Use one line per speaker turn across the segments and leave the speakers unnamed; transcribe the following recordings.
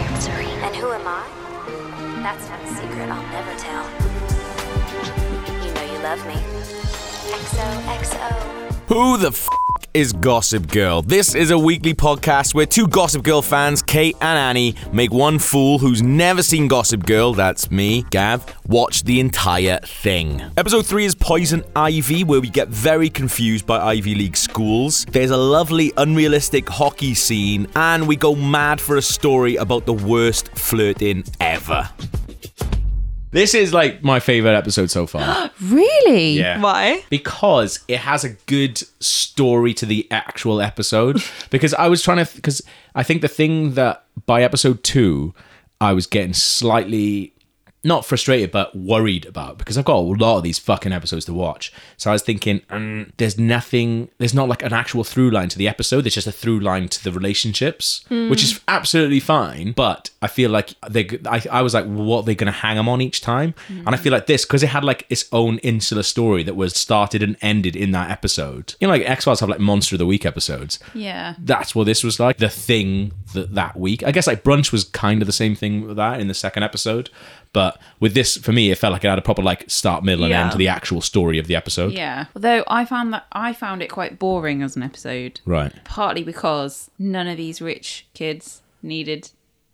And who am I? That's not a secret I'll never tell. You know you love me. XOXO.
Who the f is Gossip Girl? This is a weekly podcast where two Gossip Girl fans, Kate and Annie, make one fool who's never seen Gossip Girl, that's me, Gav, watch the entire thing. Episode 3 is Poison Ivy, where we get very confused by Ivy League schools. There's a lovely, unrealistic hockey scene, and we go mad for a story about the worst flirting ever. This is like my favorite episode so far.
Really?
Yeah.
Why?
because it has a good story to the actual episode. because I was trying to, because I think the thing that by episode two, I was getting slightly not frustrated but worried about because I've got a lot of these fucking episodes to watch. So I was thinking, mm, there's nothing, there's not like an actual through line to the episode. There's just a through line to the relationships, which is absolutely fine. But I feel like they, I, I was like, what are they going to hang them on each time? And I feel like this because it had like its own insular story that was started and ended in that episode. You know, like X Files have like Monster of the Week episodes
Yeah.
that's what this was like the thing that that week i guess like brunch was kind of the same thing with that in the second episode but with this for me it felt like it had a proper like start middle and
Yeah.
end to the actual story of the episode
Yeah. Although I found that I found it quite boring as an episode.
right
Partly because none of these rich kids needed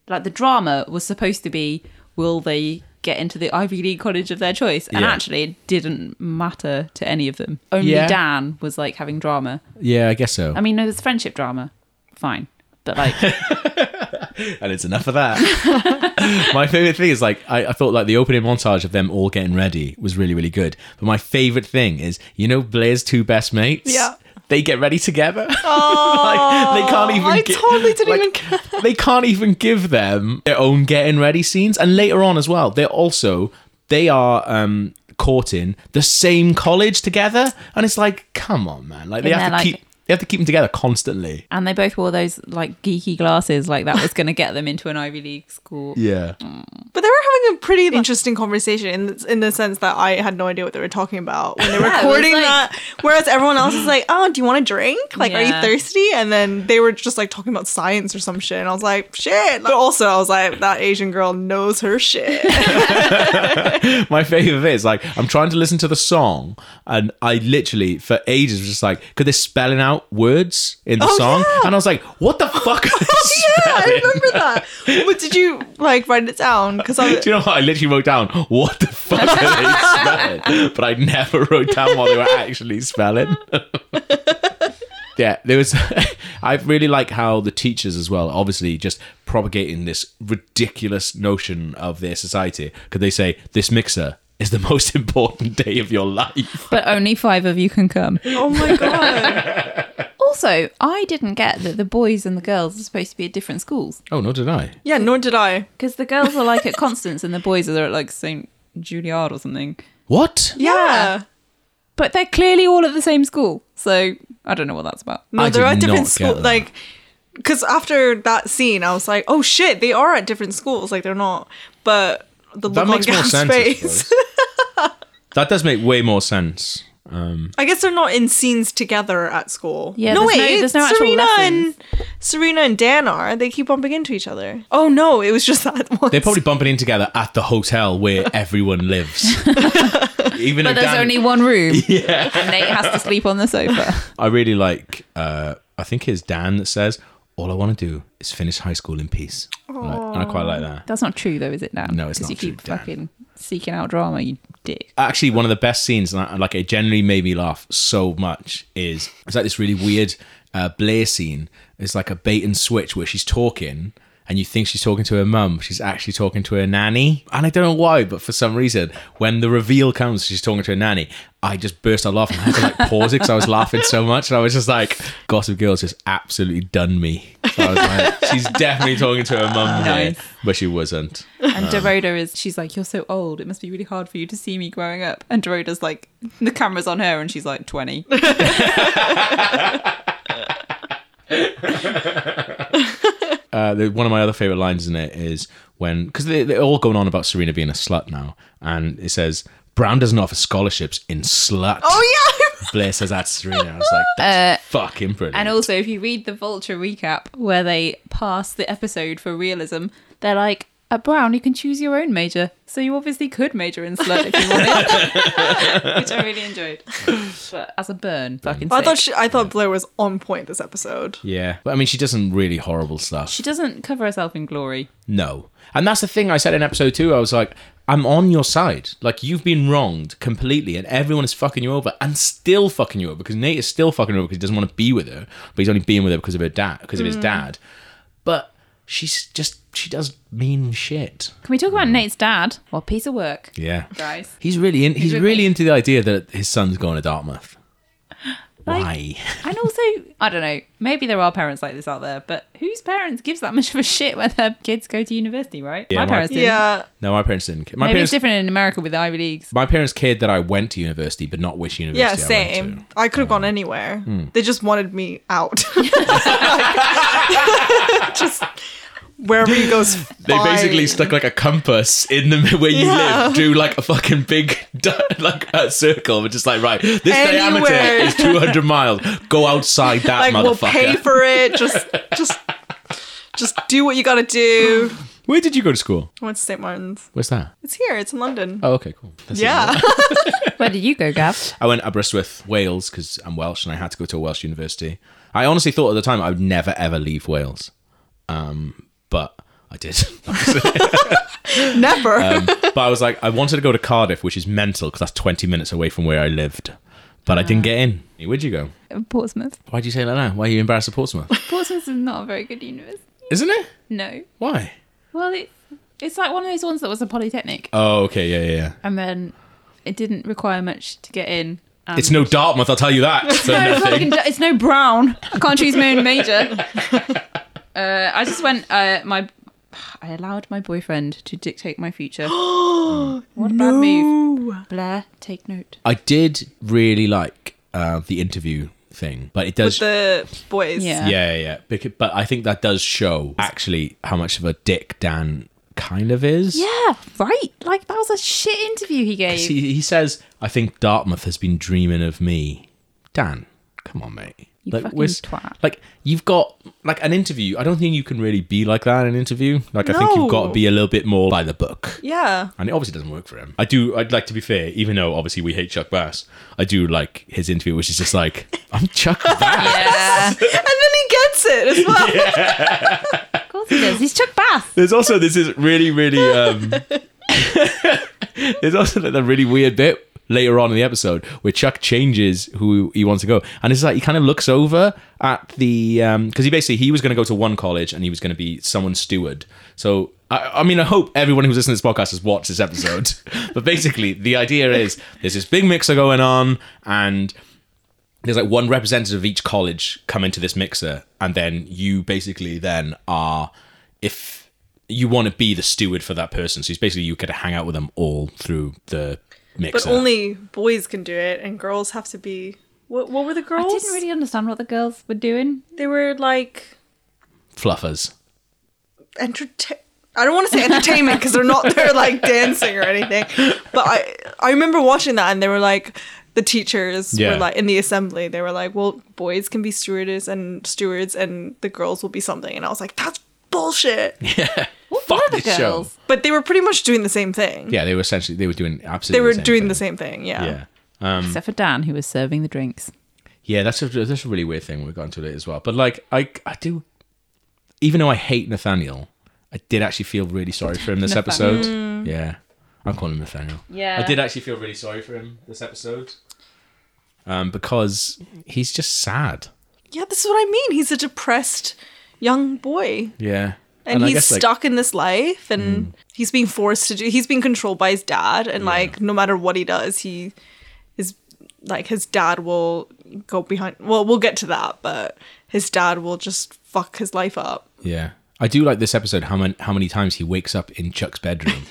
like the drama was supposed to be will they get into the Ivy League college of their choice? And
Yeah.
actually it didn't matter to any of them. Only
Yeah.
Dan was like having drama.
yeah i guess so
I mean no there's friendship drama. Fine. But like
and it's enough of that my favorite thing is like I, I thought like the opening montage of them all getting ready was really really good but my favorite thing is you know blair's two best mates
Yeah.
they get ready together. like they can't even.
I
gi-
totally didn't
like,
even care.
they can't even give them their own getting ready scenes. And later on as well, they're also they are um caught in the same college together. And it's like, come on, man! Like they
And
have to
they're like-
keep they have to keep them together constantly.
and they both wore those like geeky glasses like that was gonna get them into an Ivy League school.
Yeah,
But they were having a pretty interesting conversation in the, in the sense that I had no idea what they were talking about when they were
Yeah, it was
recording
like-
that. Whereas everyone else is like, "Oh, do you want a drink? Like, are you
Yeah.
thirsty?" And then they were just like talking about science or some shit, and I was like, "Shit!" But also, I was like, "That Asian girl knows her shit."
my favorite is like I'm trying to listen to the song, and I literally for ages was just like, could they spelling out words in the
Oh,
song?
yeah. Oh,
And I was like, what the fuck? Are they
yeah, I
spelling?
remember that. But did you like write it down? Because I
Do you know what? I literally wrote down what the fuck are they spelling, but I never wrote down what they were actually spelling. yeah, there was. I really like how the teachers as well, obviously, just propagating this ridiculous notion of their society. Could they say this mixer? Is the most important day of your life.
But only five of you can come.
oh my god,
Also, I didn't get that the boys and the girls are supposed to be at different schools
Oh no, did I?
yeah, nor did I.
because the girls are like at Constance and the boys are at like St. Juilliard or something.
What?
Yeah,
But they're clearly all at the same school, so I don't know what that's about.
no,
I
they're
did
at different
not get
schools.
that.
Like, because after that scene, I was like, "Oh shit, they are at different schools. Like, they're not." But the
That
woman
makes more
gap
sense. I
space.
suppose. that does make way more sense.
I guess they're not in scenes together at school.
Yeah,
no
there's no-
wait,
there's no actual
Serena and
lessons.
Serena and Dan are. They keep bumping into each other. Oh no, it was just that one.
They're probably bumping in together at the hotel where everyone lives. Even
But
though
there's
Dan-
only one room, and Nate has to sleep on the sofa.
I really like. Uh, I think it's Dan that says, "All I want to do is finish high school in peace," and I, and I quite like that.
That's not true, though, is it, Dan?
No, it's not
'Cause you keep
true, Dan.
fucking seeking out drama, you dick.
Actually, one of the best scenes, and I, like it generally made me laugh so much, is it's like this really weird uh, Blair scene. It's like a bait and switch where she's talking, and you think she's talking to her mum. She's actually talking to her nanny, and I don't know why, but for some reason, when the reveal comes, she's talking to her nanny. I just burst out laughing. I had to like pause it because I was laughing so much, and I was just like, "Gossip Girl's just absolutely done me." So I was like, "She's definitely talking to her mum here,"
Nice.
but she wasn't.
And Dorota is, she's like, You're so old. It must be really hard for you to see me growing up. And Dorota's like, The camera's on her, and she's like 20.
uh, the, one of my other favorite lines in it is when because they, they're all going on about Serena being a slut now, and it says Brown doesn't offer scholarships in slut.
oh yeah. Uh,
Blair says that's Serena. I was like, that's fucking brilliant.
Uh, And also, if you read the Vulture recap where they pass the episode for realism, they're like, At Brown, you can choose your own major, so you obviously could major in slut if you wanted, which I really enjoyed. But as a burn, fucking.
I thought
sick.
she, I thought Blair was on point this episode.
Yeah. But I mean, she does some really horrible stuff.
she doesn't cover herself in glory.
No. And that's the thing I said in episode two. I was like, I'm on your side. Like, you've been wronged completely, and everyone is fucking you over and still fucking you over because Nate is still fucking her over because he doesn't want to be with her, but he's only being with her because of her dad, because of his dad. But she's just, she does mean shit.
Can we talk about Nate's dad? What piece of work,
Yeah.
guys?
He's really in, he's
with
really
me.
into the idea that his son's going to Dartmouth. Why?
And also, I don't know. Maybe there are parents like this out there, but whose parents gives that much of a shit when their kids go to university, right?
Yeah,
my,
my-
parents did.
Yeah,
No, my parents didn't. care. My
Maybe
parents,
it's different in America with the Ivy Leagues.
my parents cared that I went to university, but not which university. I
yeah,
went Um, hmm. to.
same. I could have gone anywhere. They just wanted me out. just wherever he goes.
They basically
fine.
stuck like a compass in the where you
Yeah.
live, drew like a fucking big di- like a circle, but just like right, this
Anywhere.
diameter is two hundred miles. Go outside that
like
motherfucker.
we'll pay for it. Just, just, just do what you gotta do.
Where did you go to school?
I went to St. Martin's.
Where's that?
It's here. It's in London.
Oh, okay, cool. That's it.
yeah.
Where did you go, Gav?
I went Aberystwyth, Wales, because I'm Welsh and I had to go to a Welsh university. I honestly thought at the time I would never ever leave Wales, um, but I did.
Never.
but I was like, I wanted to go to Cardiff, which is mental because that's 20 minutes away from where I lived, but I didn't get in. Where'd you go?
Portsmouth.
Why do you say it like that? Why are you embarrassed of Portsmouth?
Portsmouth is not a very good university.
Isn't it?
No.
Why?
Well, it, it's like one of those ones that was a polytechnic,
Oh, okay, yeah, yeah. yeah.
and then it didn't require much to get in. And
It's no Dartmouth, I'll tell you that. So
no
nothing.
fucking- it's no brown. I can't choose my own major. Uh, I just went. Uh, my I allowed my boyfriend to dictate my future. what a bad move, Blair. Take note.
I did really like uh, the interview thing, but it does.
the boys.
Yeah.
yeah, yeah, yeah. Becau- but I think that does show actually how much of a dick Dan kind of is.
Yeah, right. Like that was a shit interview he gave.
He, he says, I think Dartmouth has been dreaming of me. Dan, come on, mate.
You fucking
we're s-
twat.
like you've got like an interview. I don't think you can really be like that in an interview. Like I think you've got to
No.
be a little bit more by the book.
Yeah.
and it obviously doesn't work for him. I do. I'd like to be fair, even though obviously we hate Chuck Bass, I do like his interview, which is just like I'm Chuck Bass.
yeah,
And then he gets it as well.
of course he does. He's Chuck Bass.
There's also this is really really. um There's also like that really weird bit later on in the episode where Chuck changes who he wants to go, and it's like he kind of looks over at the um because he basically he was going to go to one college and he was going to be someone's steward, so. I, I mean, I hope everyone who's listening to this podcast has watched this episode. but basically, the idea is there's this big mixer going on, and there's like one representative of each college come into this mixer and then you basically then are if you want to be the steward for that person so it's basically you could hang out with them all through the
But
mixer
only boys can do it, and girls have to be. What, what were the
I
girls?
didn't really understand what the girls were doing.
They were like
fluffers
entertain. I don't want to say entertainment because they're not they're like dancing or anything. But I I remember watching that, and they were like the teachers
Yeah.
were like in the assembly. They were like, "Well, boys can be stewardess and stewards, and the girls will be something." And I was like, "That's bullshit."
What
Fuck
were the
this show.
girls?
But they were pretty much doing the same thing.
yeah they were essentially they were doing
They
absolutely
were
the same
doing
thing.
the same thing. Yeah.
yeah
Except for Dan, who was serving the drinks.
Yeah, that's a that's a really weird thing. We've got into it as well. But like, I I do, even though I hate Nathaniel, I did actually feel really sorry for him this
Nathaniel.
episode. Yeah, I'm calling him Nathaniel.
Yeah.
I did actually feel really sorry for him this episode, um, because he's just sad.
Yeah, this is what I mean. He's a depressed young boy.
Yeah,
and,
I
he's
guess, like, mm.
stuck in this life and he's being forced to do he's being controlled by his dad and like no matter what he does he is like his dad will go behind well we'll get to that but his dad will just fuck his life up
Yeah, I do like this episode. How many how many times he wakes up in Chuck's bedroom.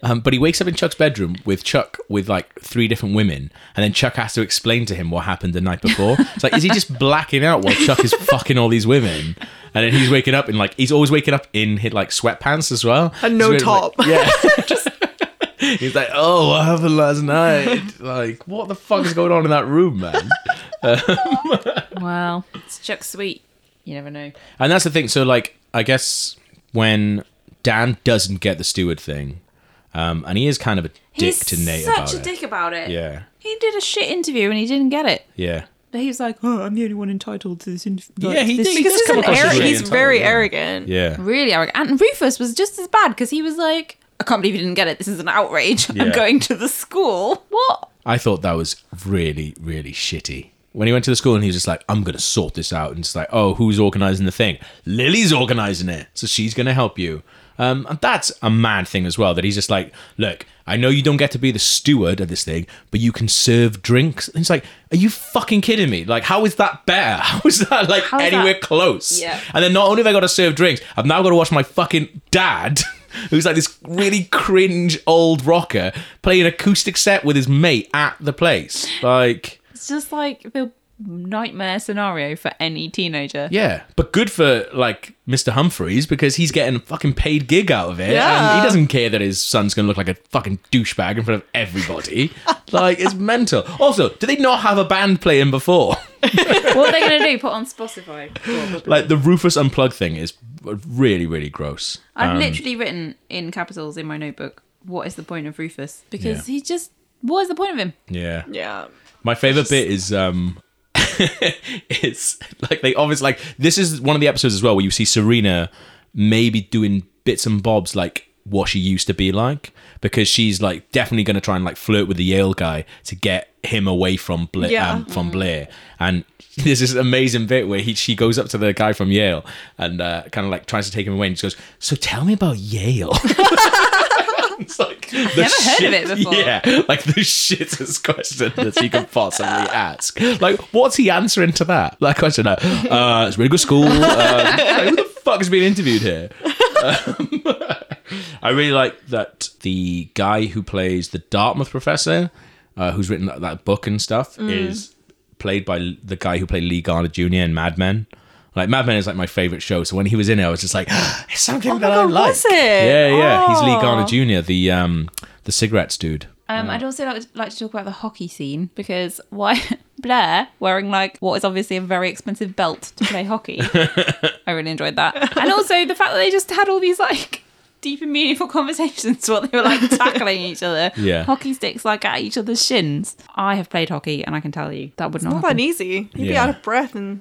Um, but he wakes up in Chuck's bedroom with Chuck with like three different women, and then Chuck has to explain to him what happened the night before. It's like, is he just blacking out while Chuck is fucking all these women? And then he's waking up in like he's always waking up in his like sweatpants as well,
And no
It's weird, like-
top.
yeah, he's like, oh, what happened last night? Like, what the fuck is going on in that room, man?
Well, it's Chuck Sweet. You never know.
And that's the thing. So, like, I guess when Dan doesn't get the steward thing, um, and he is kind of a dick
He's
to Nate
such
about
a
it.
dick about it.
Yeah,
He did a shit interview and he didn't get it.
yeah,
But he was like, oh, I'm the only one entitled to this interview.
Yeah, he did- he
Because
does
he's,
come
an
across as
arro-
really
he's
entitled,
very
yeah.
arrogant.
yeah.
really arrogant. And Rufus was just as bad because he was like, I can't believe you didn't get it. This is an outrage.
Yeah.
I'm going to the school. What?
I thought that was really, really shitty. When he went to the school and he was just like, I'm going to sort this out. And it's like, oh, who's organizing the thing? Lily's organizing it. So she's going to help you. Um, and that's a mad thing as well that he's just like, look, I know you don't get to be the steward of this thing, but you can serve drinks. And it's like, are you fucking kidding me? Like, how is that better? How is that like
is that-
anywhere close?
Yeah.
And then not only have I got to serve drinks, I've now got to watch my fucking dad, who's like this really cringe old rocker, play an acoustic set with his mate at the place. Like,
It's just like the nightmare scenario for any teenager.
yeah. But good for like Mr. Humphreys because he's getting a fucking paid gig out of it. And
Yeah.
he doesn't care that his son's going to look like a fucking douchebag in front of everybody. like, it's mental. Also, do they not have a band playing before?
What are they going to do? Put on Spotify? Probably.
like, the Rufus Unplugged thing is really, really gross.
I've literally written in capitals in my notebook, what is the point of Rufus? Because
Yeah.
he just, what is the point of him?
Yeah.
Yeah.
My favorite bit is um it's like they obviously like this is one of the episodes as well where you see Serena maybe doing bits and bobs like what she used to be like because she's like definitely going to try and like flirt with the Yale guy to get him away from Blair
Yeah.
um, from Blair and there's this amazing bit where he she goes up to the guy from Yale and uh, kind of like tries to take him away and she goes so tell me about Yale it's like never
Never heard of it before.
yeah, like the shittest question that you can possibly ask. Like, what's he answering to that? That question, like, uh, it's a really good school. Um, like, who the fuck is being interviewed here? Um, I really like that the guy who plays the Dartmouth professor, uh, who's written that, that book and stuff,
Mm.
is played by the guy who played Lee Garner Jr. in Mad Men. Like Mad Men is like my favorite show, so when he was in it, I was just like,
Oh
"It's something that I
God,
like."
was it?
Yeah, yeah. He's Lee
Oh.
Garner Jr., the um, the cigarettes dude.
Um, I'd also like, like to talk about the hockey scene because why Blair wearing like what is obviously a very expensive belt to play hockey. I really enjoyed that, and also the fact that they just had all these like deep and meaningful conversations while they were like tackling each other.
Yeah.
hockey sticks like at each other's shins. I have played hockey, and I can tell you that would not.
Not
happen.
that easy. You'd be
Yeah.
out of breath and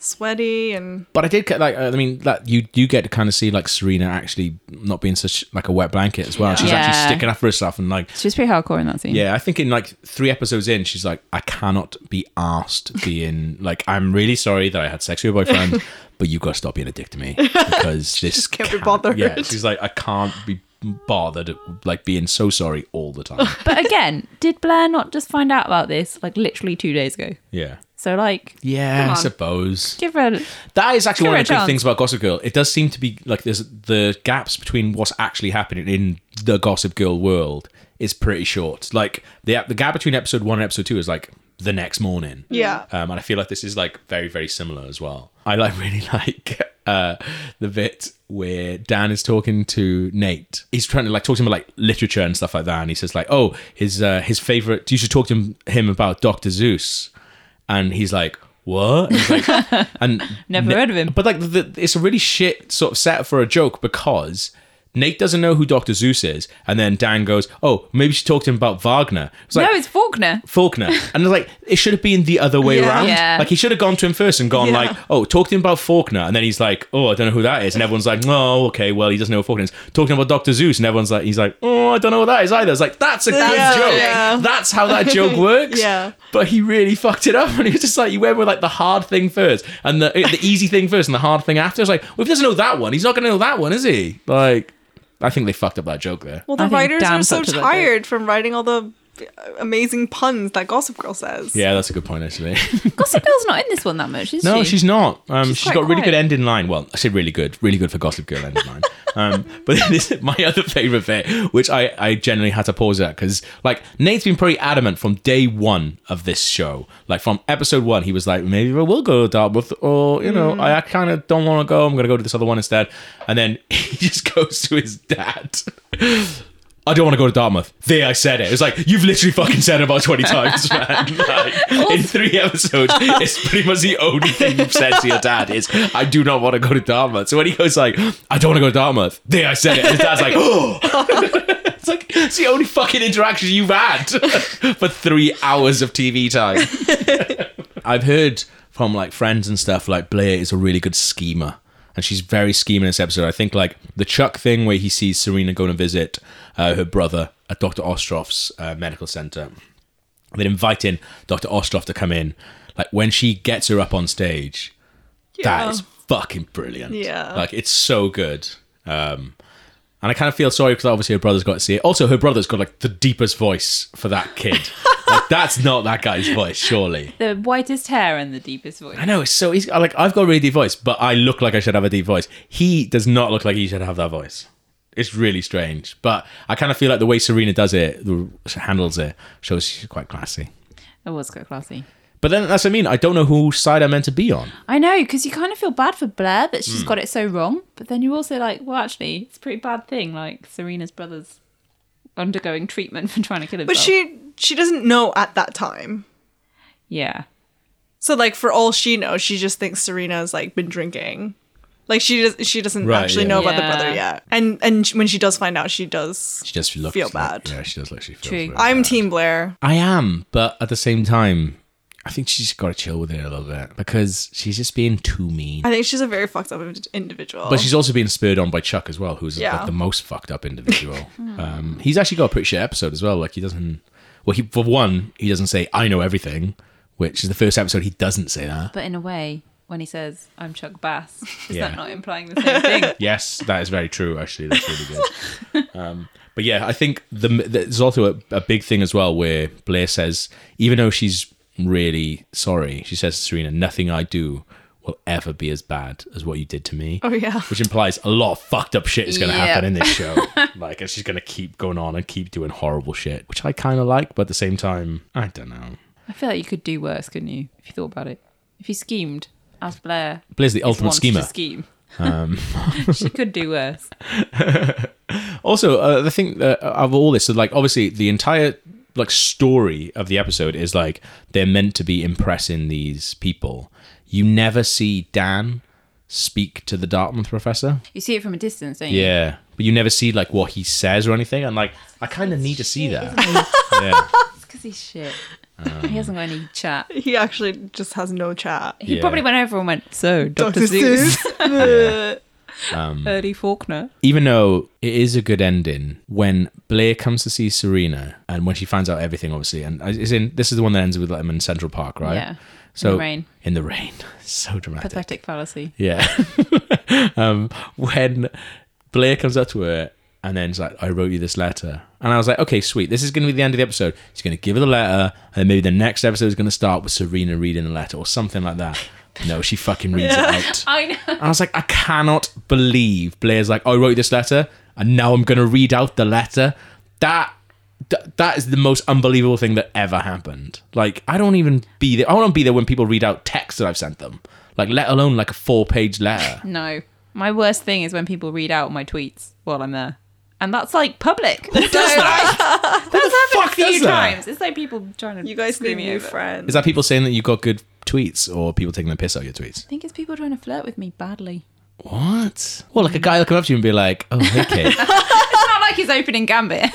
sweaty and
But I did get like I mean that you you get to kind of see like Serena actually not being such like a wet blanket as well. She's
Yeah.
actually sticking up for herself and like
She was pretty hardcore in that scene.
yeah, I think in like three episodes in, she's like I cannot be asked being like I'm really sorry that I had sex with your boyfriend, but you got to stop being a dick to me because this
just can't be bothered.
Yeah, she's like I can't be bothered like being so sorry all the time.
But again, did Blair not just find out about this like literally two days ago?
Yeah.
So like,
Yeah, I
on.
suppose.
give her. a-
That is actually
Give
one
her
of
a
the good
chance.
things about Gossip Girl. It does seem to be like there's the gaps between what's actually happening in the Gossip Girl world is pretty short. Like the ep- the gap between episode one and episode two is like the next morning.
Yeah.
Um, and I feel like this is like very very similar as well. I like really like uh, the bit where Dan is talking to Nate. He's trying to like talk to him about like literature and stuff like that, and he says like, "Oh, his uh, his favorite. You should talk to him, him about Doctor Zeus," and he's like. What? And, he's like, and
Never heard of him.
but like, the, it's a really shit sort of setup for a joke because Nate doesn't know who Doctor Zeus is, and then Dan goes, "Oh, maybe she talked to him about Wagner." It's like
no, it's Faulkner.
Faulkner, and it's like it should have been the other way
Yeah.
around.
Yeah.
Like he should have gone to him first and gone
Yeah.
like, "Oh, talk to him about Faulkner," and then he's like, "Oh, I don't know who that is," and everyone's like, "Oh, okay, well he doesn't know who Faulkner is." Talking about Doctor Zeus, and everyone's like, "He's like, oh, I don't know what that is either." It's like that's a good
Yeah,
joke.
yeah.
That's how that joke works.
Yeah.
But he really fucked it up, and he was just like, "You went with like the hard thing first, and the eh, the easy thing first, and the hard thing after." It's like, well, if he doesn't know that one, he's not going to know that one, is he? Like, I think they fucked up that joke there.
Well,
I
the
think
writers
Dan
are so
touched it a bit.
tired from writing all the amazing puns that Gossip Girl says.
Yeah, that's a good point actually.
Gossip Girl's not in this one that much, is she?
No, she's not. Um, she's
quite
got really good
quiet.
end in line. Well, I say really good, really good for Gossip Girl end in line. Um, but this is my other favorite bit, which I, I generally had to pause at because like Nate's been pretty adamant from day one of this show. Like from episode one, he was like, maybe I will go to Dartmouth, or you
Hmm.
know, I, I kind of don't want to go. I'm gonna go to this other one instead. And then he just goes to his dad. I don't want to go to Dartmouth. There, I said it. It's like you've literally fucking said it about twenty times, man. Like, in three episodes, it's pretty much the only thing you've said to your dad is I do not want to go to Dartmouth. So when he goes like, I don't want to go to Dartmouth. There, I said it. And his dad's like, oh. It's like it's the only fucking interaction you've had for three hours of TV time. I've heard from like friends and stuff like Blair is a really good schemer. And she's very scheming in this episode. I think like the Chuck thing where he sees Serena going to visit uh, her brother at Dr. Ostrov's uh, medical center. They're inviting Dr. Ostrov to come in. Like when she gets her up on stage,
Yeah.
that is fucking brilliant.
Yeah.
Like it's so good. Um, and I kind of feel sorry because obviously her brother's got to see it. Also, her brother's got like the deepest voice for that kid. like that's not that guy's voice, surely.
The whitest hair and the deepest voice.
I know it's so easy. I, Like I've got a really deep voice, but I look like I should have a deep voice. He does not look like he should have that voice. It's really strange, but I kind of feel like the way Serena does it, the, handles it, shows she's quite classy.
It was quite classy.
But then that's what I mean. I don't know whose side I'm meant to be on.
I know, because you kind of feel bad for Blair that
Hmm.
she's got it so wrong, but then you're also like, well, actually, it's a pretty bad thing. Like Serena's brother's undergoing treatment for trying to kill himself.
But she she doesn't know at that time.
yeah,
So like for all she knows, she just thinks Serena's like been drinking. Like she does, she doesn't
Right,
actually
yeah.
know about the
Yeah.
brother yet. And and sh- when she does find out, she does.
She just looks
Feel
like-
bad.
yeah, she does look. She feels
True.
really
I'm
bad.
Team Blair.
I am, but at the same time, I think she's got to chill with it a little bit because she's just being too mean.
I think she's a very fucked up ind- individual.
But she's also being spurred on by Chuck as well, who's
Yeah.
like the most fucked up individual. um, he's actually got a pretty shit episode as well. Like he doesn't. Well, he for one, he doesn't say I know everything, which is the first episode he doesn't say that.
but in a way, when he says, I'm Chuck Bass, is
Yeah.
that not implying the same thing?
Yes, that is very true. Actually, that's really good. um, but yeah, I think the, there's also a, a big thing as well where Blair says, even though she's really sorry, she says to Serena, "Nothing I do will ever be as bad as what you did to me."
oh yeah.
which implies a lot of fucked up shit is going to
Yeah.
happen in this show. like, and she's going to keep going on and keep doing horrible shit, which I kind of like, but at the same time, I don't know.
I feel like you could do worse, couldn't you, if you thought about it? If you schemed, as Blair
Blair's the ultimate
wants
schemer. Um.
to scheme. she could do worse.
also, uh, the thing uh, of all this is like, obviously, the entire like story of the episode is like they're meant to be impressing these people. You never see Dan speak to the Dartmouth professor.
You see it from a distance, don't you?
Yeah. But you never see like what he says or anything. And like, I kind of need to see that. yeah.
It's because he's shit.
Um,
he hasn't got any chat.
He actually just has no chat.
He
Yeah.
probably went over and went, so, Dr.
Dr.
Seuss,
Yeah. Um,
early Faulkner.
even though it is a good ending when Blair comes to see Serena and when she finds out everything, obviously, and is in this is the one that ends with them in Central Park, right?
Yeah.
So
in the rain.
In the rain, so dramatic.
Pathetic fallacy.
Yeah. um, when Blair comes up to her and then she's like, I wrote you this letter. And I was like, okay, sweet. This is going to be the end of the episode. She's going to give her the letter, and then maybe the next episode is going to start with Serena reading the letter or something like that. No, she fucking reads it out.
I know.
And I was like, I cannot believe Blair's like, "Oh, I wrote this letter and now I'm going to read out the letter. That th- that is the most unbelievable thing that ever happened. Like, I don't even be there. I want to be there when people read out texts that I've sent them. Like, let alone like a four-page letter.
No. My worst thing is when people read out my tweets while I'm there. And that's like public. Who does that? that's happened
fuck
a few
does that?
times. It's like people trying to
You guys
screw
need
me
new
over.
friends.
Is that people saying that you got good tweets or people taking the piss out of your tweets?
I think it's people trying to flirt with me badly.
What? Well, like a guy will come up to you and be like, "Oh, hey, Kate."
It's not like he's opening Gambit.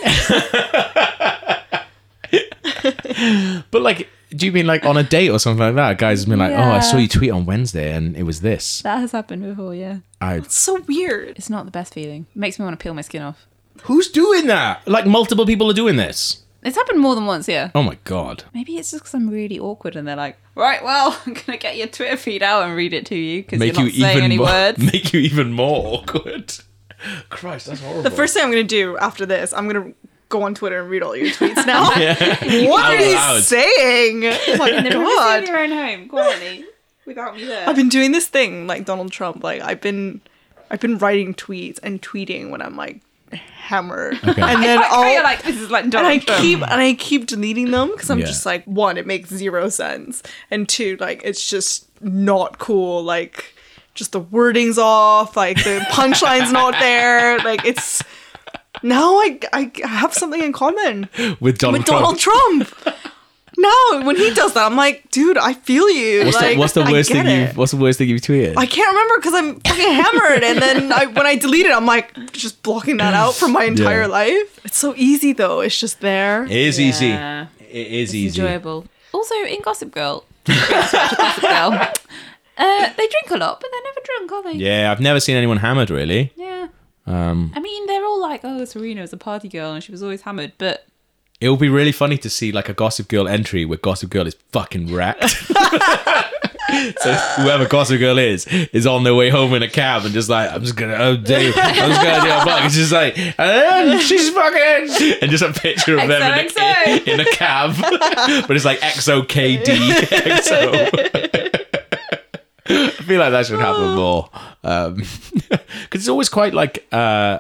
but like, do you mean like on a date or something like that? A guy's been like, "Oh, I saw you tweet on Wednesday and it was this."
that has happened before, yeah.
I
It's so weird.
It's not the best feeling. It makes me want to peel my skin off.
Who's doing that? Like multiple people are doing this.
It's happened more than once, yeah.
Oh my god.
Maybe it's just because I'm really awkward and they're like, right, well, I'm going to get your Twitter feed out and read it to you because you're
Make
not
you
saying
even
any
more,
words.
make you even more awkward. Christ, that's horrible.
The first thing I'm gonna do after this, I'm gonna go on Twitter and read all your tweets now. What
Out
are you
loud.
saying? Oh my
God.
god.
your own home, quietly, without me there.
I've been doing this thing like Donald Trump. Like I've been, I've been writing tweets and tweeting when I'm like hammered, and then
I
Oh.
feel
all
like this is like
and I
Donald Trump.
keep and I keep deleting them because I'm
Yeah.
just like one, it makes zero sense, and two, like it's just not cool. Like just the wording's off, like the punchline's not there. Like it's Now I, I have something in common
with Donald Trump.
with Donald Trump. no, when he does that, I'm like, dude, I feel you.
What's,
like,
the, what's the
I
worst
get
thing you
it.
have What's the worst thing you've tweeted?
I can't remember because I'm fucking hammered, and then I, when I delete it, I'm like just blocking that out from my entire
Yeah.
life. It's so easy though; it's just there.
it is easy.
Yeah.
It is easy.
enjoyable. Also, in Gossip Girl, Gossip Girl, uh, they drink a lot, but they're never drunk, are they?
Yeah, Um, I've never seen anyone hammered really.
Yeah. I mean, they're all like, "Oh, Serena was a party girl, and she was always hammered." But
It would be really funny to see like a Gossip Girl entry where Gossip Girl is fucking wrecked. so whoever Gossip Girl is is on their way home in a cab and just like I'm just gonna oh, damn, I'm just gonna do a fuck. It's just like and then she's fucking and just a picture of them in a,
XOXO.
in a cab, but it's like XOKD. XO. I feel like that should
Oh.
happen more because it's always quite like uh,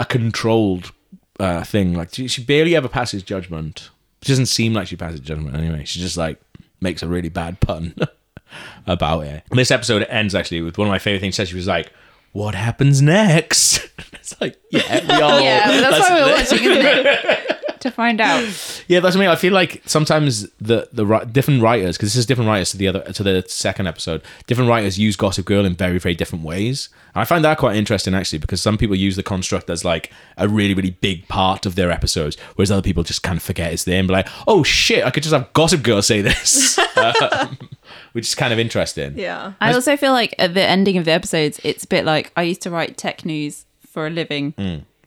a controlled uh, thing. Like she, she barely ever passes judgment. She doesn't seem like she passes judgment anyway. She just like makes a really bad pun about it. This episode ends actually with one of my favorite things. She said she was like, "What happens next?" it's like, yeah, we all.
yeah, that's, why we're watching, isn't it? to find out.
Yeah, that's what I mean. I feel like sometimes the the ri- different writers, because this is different writers to the other to the second episode. Different writers use Gossip Girl in very very different ways. And I find that quite interesting actually, because some people use the construct as like a really really big part of their episodes, whereas other people just kind of forget it's there and be like, oh shit, I could just have Gossip Girl say this, Um, which is kind of interesting.
Yeah,
I also feel like at the ending of the episodes, it's a bit like I used to write tech news for a living,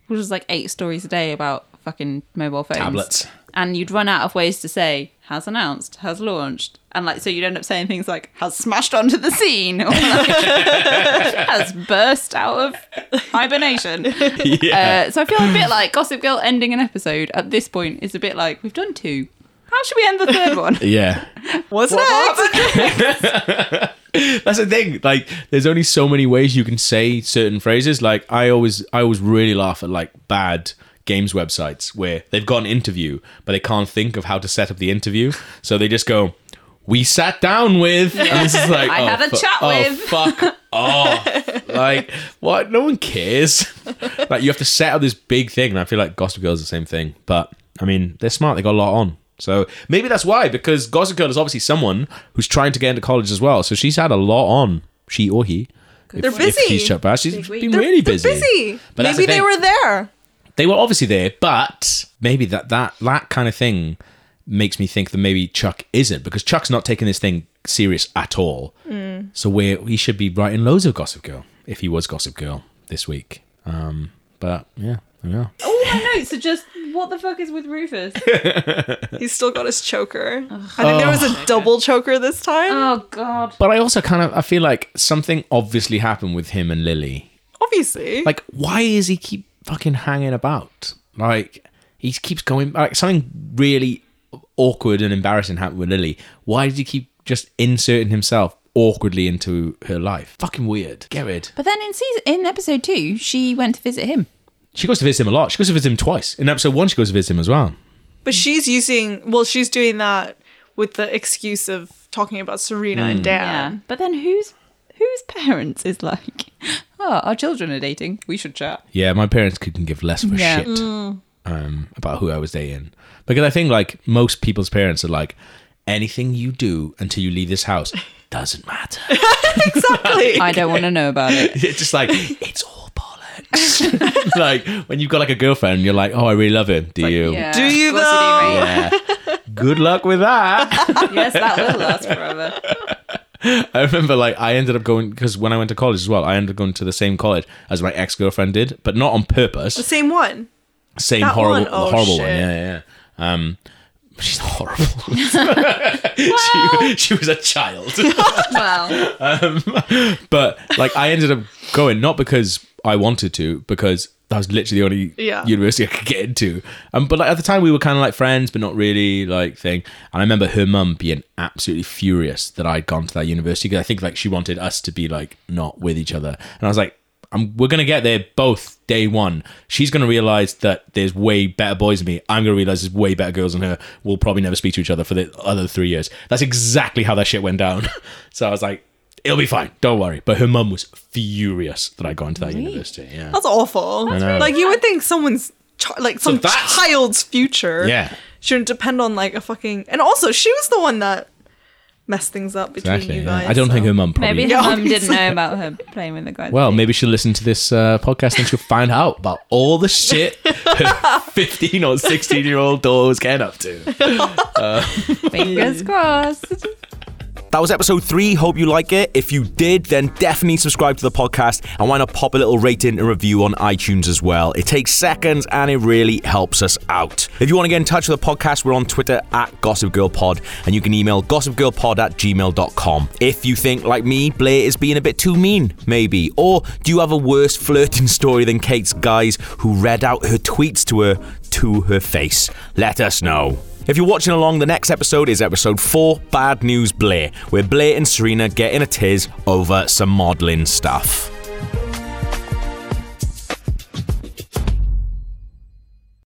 which was like eight stories a day about fucking mobile phones.
Tablets.
And you'd run out of ways to say, has announced, has launched. And like, so you'd end up saying things like, has smashed onto the scene, or like, has burst out of hibernation.
Yeah.
Uh, so I feel a bit like Gossip Girl ending an episode at this point is a bit like, we've done two. How should we end the third one?
yeah.
what's next?
That's the thing. Like, there's only so many ways you can say certain phrases. Like, I always, I always really laugh at like bad games websites where they've got an interview, but they can't think of how to set up the interview, so they just go, "We sat down with." And this is like,
I
oh,
had a
fu-
chat
oh,
with.
Fuck off! like, what? No one cares. like, you have to set up this big thing, and I feel like Gossip Girl is the same thing. But I mean, they're smart. They got a lot on. So maybe that's why, because Gossip Girl is obviously someone who's trying to get into college as well. So she's had a lot on, she or he. If,
They're
If
busy.
she's shut back. She's
week.
been
They're-
really
they're
busy. But that's the
Maybe they
thing.
were there.
They were obviously there, but maybe that that that kind of thing makes me think that maybe Chuck isn't because Chuck's not taking this thing serious at all. So we he should be writing loads of Gossip Girl if he was Gossip Girl this week. Um, but yeah, there we are.
All my notes are just, what the fuck is with Rufus?
He's still got his choker. I think there was a double choker this time.
Oh God!
But I also kind of I feel like something obviously happened with him and Lily.
Obviously,
Like, why is he keep fucking hanging about? Like, he keeps going. Like something really awkward and embarrassing happened with Lily. Why did he keep just inserting himself awkwardly into her life? Fucking weird. Get rid.
But then in season, in episode two, she went to visit him.
She goes to visit him a lot. She goes to visit him twice. In episode one, she goes to visit him as well.
but she's using. Well, she's doing that with the excuse of talking about Serena
Hmm.
and Dan.
But then whose whose parents is like, oh, our children are dating. We should chat.
Yeah, my parents couldn't give less of a
Yeah.
shit um, about who I was dating because I think like most people's parents are like, anything you do until you leave this house doesn't matter.
Exactly.
I don't want to know about it.
it's just like it's all bollocks. like when you've got like a girlfriend, you're like, oh, I really love him. Do you?
Yeah,
Do you
of course
though?
mate.
Yeah. Good luck with that.
yes, that will last forever.
I remember like I ended up going because when I went to college as well, I ended up going to the same college as my ex girlfriend did, but not on purpose.
Same one.
Same
That
horrible,
one? Oh,
horrible one.
shit.
Yeah, yeah. yeah. Um, she's horrible. she, she was a child.
Well,
but like I ended up going not because I wanted to, because that was literally the only
Yeah.
university I could get into. Um, but like at the time we were kind of like friends, but not really like thing. And I remember her mum being absolutely furious that I'd gone to that university because I think like she wanted us to be like not with each other, and I was like. I'm, we're gonna get there both day one. She's gonna realize that there's way better boys than me. I'm gonna realize there's way better girls than her. We'll probably never speak to each other for the other three years. That's exactly how that shit went down. so I was like, It'll be fine. Don't worry. But her mum was furious that I got into that university. Yeah.
That's awful. like you would think someone's chi- like some
that's-
child's future.
Yeah.
shouldn't depend on like a fucking. And also, she was the one that messed things up between
Exactly.
you
yeah.
guys.
I don't think
so-
her mum probably.
Maybe her
Yeah,
mum didn't
obviously.
know about her playing with the guys.
Well, maybe she'll listen to this uh, podcast and she'll find out about all the shit her 15 or 16 year old daughters get up to.
fingers crossed.
That was episode three. Hope you like it. If you did, then definitely subscribe to the podcast and why not pop a little rating and review on iTunes as well. It takes seconds and it really helps us out. If you want to get in touch with the podcast, we're on Twitter at Gossip Girl Pod and you can email gossipgirlpod at gmail.com. If you think, like me, Blair is being a bit too mean, maybe, or do you have a worse flirting story than Kate's guys who read out her tweets to her to her face? Let us know. If you're watching along, the next episode is episode 4 Bad News Blair, where Blair and Serena get in a tiz over some modelling stuff.